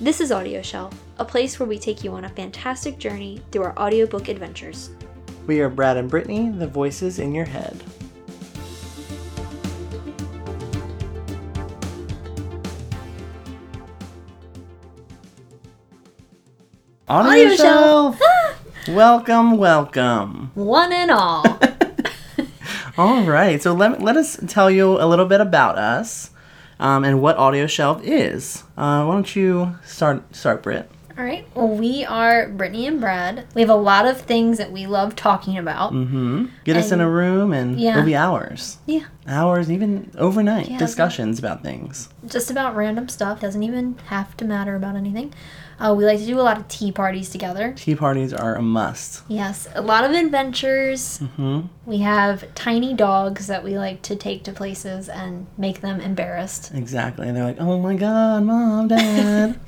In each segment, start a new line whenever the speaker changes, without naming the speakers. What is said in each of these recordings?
This is Audio Shelf, a place where we take you on a fantastic journey through our audiobook adventures.
We are Brad and Brittany, the voices in your head. On
Audio
your shelf! welcome, welcome.
One and all.
All right, so let, let us tell you a little bit about us um, and what Audio Shelf is. Uh, why don't you start, start Britt?
all right. Well, we are Brittany and Brad. We have a lot of things that we love talking about.
Mm-hmm. Get us in a room and
yeah.
it'll be hours.
Yeah.
Hours, even overnight
Yeah.
discussions about things.
Just about random stuff. Doesn't even have to matter about anything. Uh, we like to do a lot of tea parties together.
Tea parties are a must.
Yes, a lot of adventures.
hmm
We have tiny dogs that we like to take to places and make them embarrassed.
Exactly. And they're like, oh my God, mom, dad.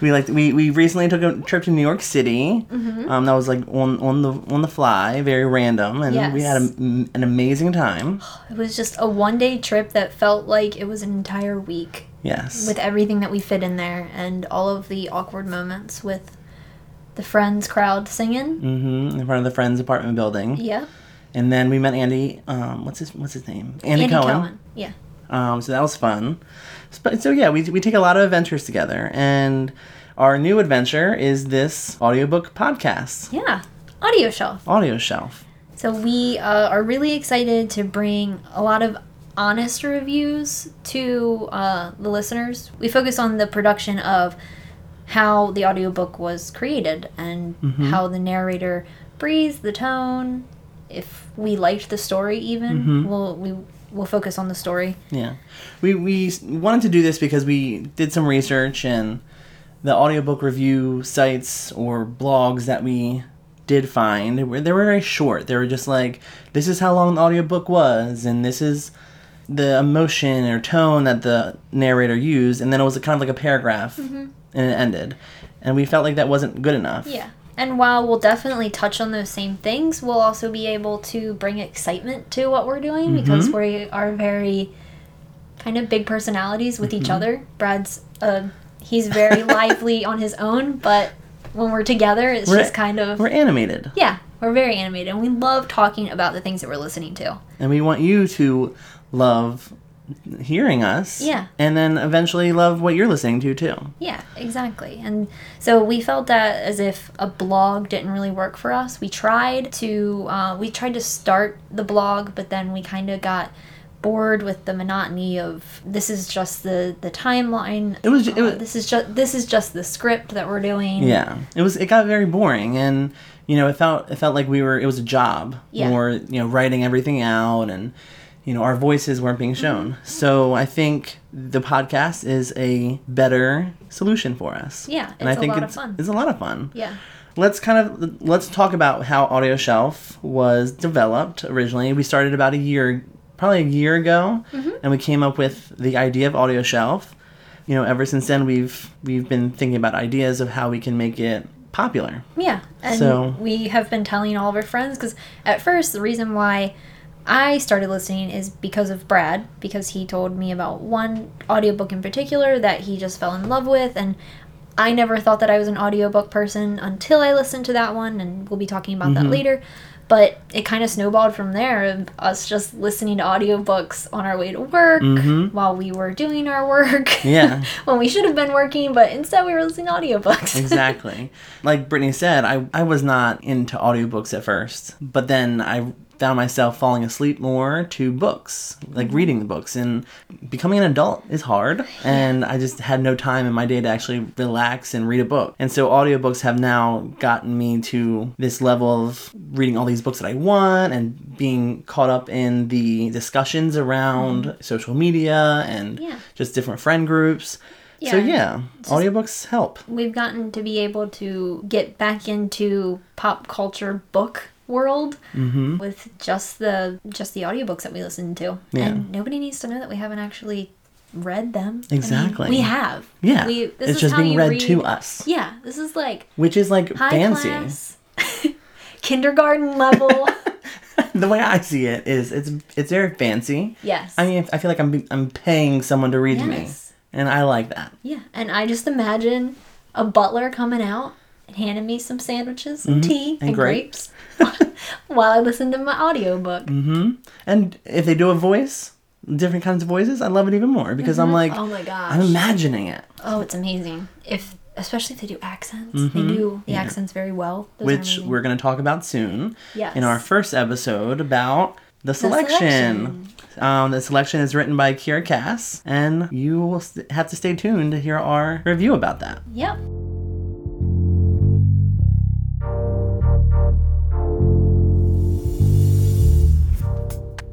we like we, we recently took a trip to New York City.
Mm-hmm.
Um, that was like on, on the on the fly, very random, and we had a,
Yes.
an amazing time.
It was just a one day trip that felt like it was an entire week
Yes.
with everything that we fit in there and all of the awkward moments with the friends crowd singing.
hmm In front of the friend's apartment building,
Yeah.
and then we met Andy. Um, what's his What's his name? Andy,
Andy
Cohen.
Yeah.
Um, so that was fun. So, so yeah, we, we take a lot of adventures together, and our new adventure is this audiobook podcast,
Yeah. Audio Shelf.
Audio Shelf.
So we uh, are really excited to bring a lot of honest reviews to uh, the listeners. We focus on the production of how the audiobook was created and
Mm-hmm.
how the narrator breathes the tone. If we liked the story, even
Mm-hmm.
we'll we will focus on the story.
Yeah, we we s- wanted to do this because we did some research and the audiobook review sites or blogs that we did find were they were very short. They were just like, this is how long the audiobook was, and this is the emotion or tone that the narrator used, and then it was kind of like a paragraph,
Mm-hmm.
and it ended. And we felt like that wasn't good enough.
Yeah. And while we'll definitely touch on those same things, we'll also be able to bring excitement to what we're doing
Mm-hmm.
because we are very kind of big personalities with
Mm-hmm.
each other. Brad's uh, he's very lively on his own, but when we're together, it's
We're-
just kind of
We're animated,
yeah, we're very animated and we love talking about the things that we're listening to.
and we want you to love hearing us.
Yeah.
And then eventually love what you're listening to too.
Yeah, exactly. And so we felt that as if a blog didn't really work for us. We tried to uh, we tried to start the blog, but then we kind of got bored with the monotony of this is just the the timeline.
It was- it
Uh,
was-
this is just this is just the script that we're doing.
Yeah, it was. It got very boring, and you know, it felt it felt like we were. It was a job,
Yeah.
or you know, writing everything out, and you know, our voices weren't
Mm-hmm.
being shown. So I think the podcast is a better solution for us.
Yeah,
and I
it's a
think
lot of
it's
fun.
it's a lot of fun.
Yeah.
Let's kind of let's talk about how Audio Shelf was developed originally. We started about a year, probably a year ago, and we came up with the idea of Audio Shelf. You know, ever since then we've we've been thinking about ideas of how we can make it popular.
Yeah. And
So-
we have been telling all of our friends because at first, the reason why I started listening is because of Brad, because he told me about one audiobook in particular that he just fell in love with. And I never thought that I was an audiobook person until I listened to that one. And we'll be talking about
Mm-hmm.
that later. But it kind of snowballed from there of us just listening to audiobooks on our way to work while we were doing our work.
Mm-hmm. Yeah.
when we should have been working, but instead we were listening to audiobooks.
Exactly. like Brittany said, I, I was not into audiobooks at first, but then I found myself falling asleep more to books, like
Mm-hmm.
reading the books. And becoming an adult is hard, and I just had no time in my day to actually relax and read a book. And so audiobooks have now gotten me to this level of reading all these books that I want and being caught up in the discussions around social media and
Mm-hmm. Yeah.
just different friend groups. So
Yeah.
yeah, audiobooks help.
we've gotten to be able to get back into pop culture book world
Mm-hmm.
with just the just the audiobooks that we listen to
Yeah.
and nobody needs to know that we haven't actually read them I mean,
Exactly.
we have
Yeah.
we, this
it's
is
just
how
being
you
read
read
to us,
yeah this is like
which is like
high
fancy.
class kindergarten level
The way I see it is it's it's very fancy.
yes
I mean, I feel like I'm I'm paying someone to read to me.
Yes.
And I like that.
yeah and i just imagine a butler coming out and handing me some sandwiches and tea
Mm-hmm. and
and, grapes, while I listened to my audiobook.
hmm And if they do a voice, different kinds of voices, I love it even more because I'm like,
Oh my gosh.
I'm imagining it.
Oh, it's amazing. If especially if they do accents, they do the accents very well. Those are
Mm-hmm. which
amazing.
we're going to talk about soon
Yes.
in our first episode about the selection.
selection.
um, the selection is written by Kira Cass, and you will st- have to stay tuned to hear our review about that.
Yep.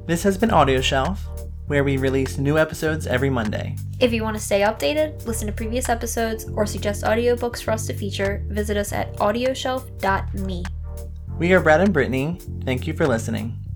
This has been Audio Shelf, where we release new episodes every Monday.
If you want to stay updated, listen to previous episodes, or suggest audiobooks for us to feature, visit us at audioshelf.me.
We are Brad and Brittany. Thank you for listening.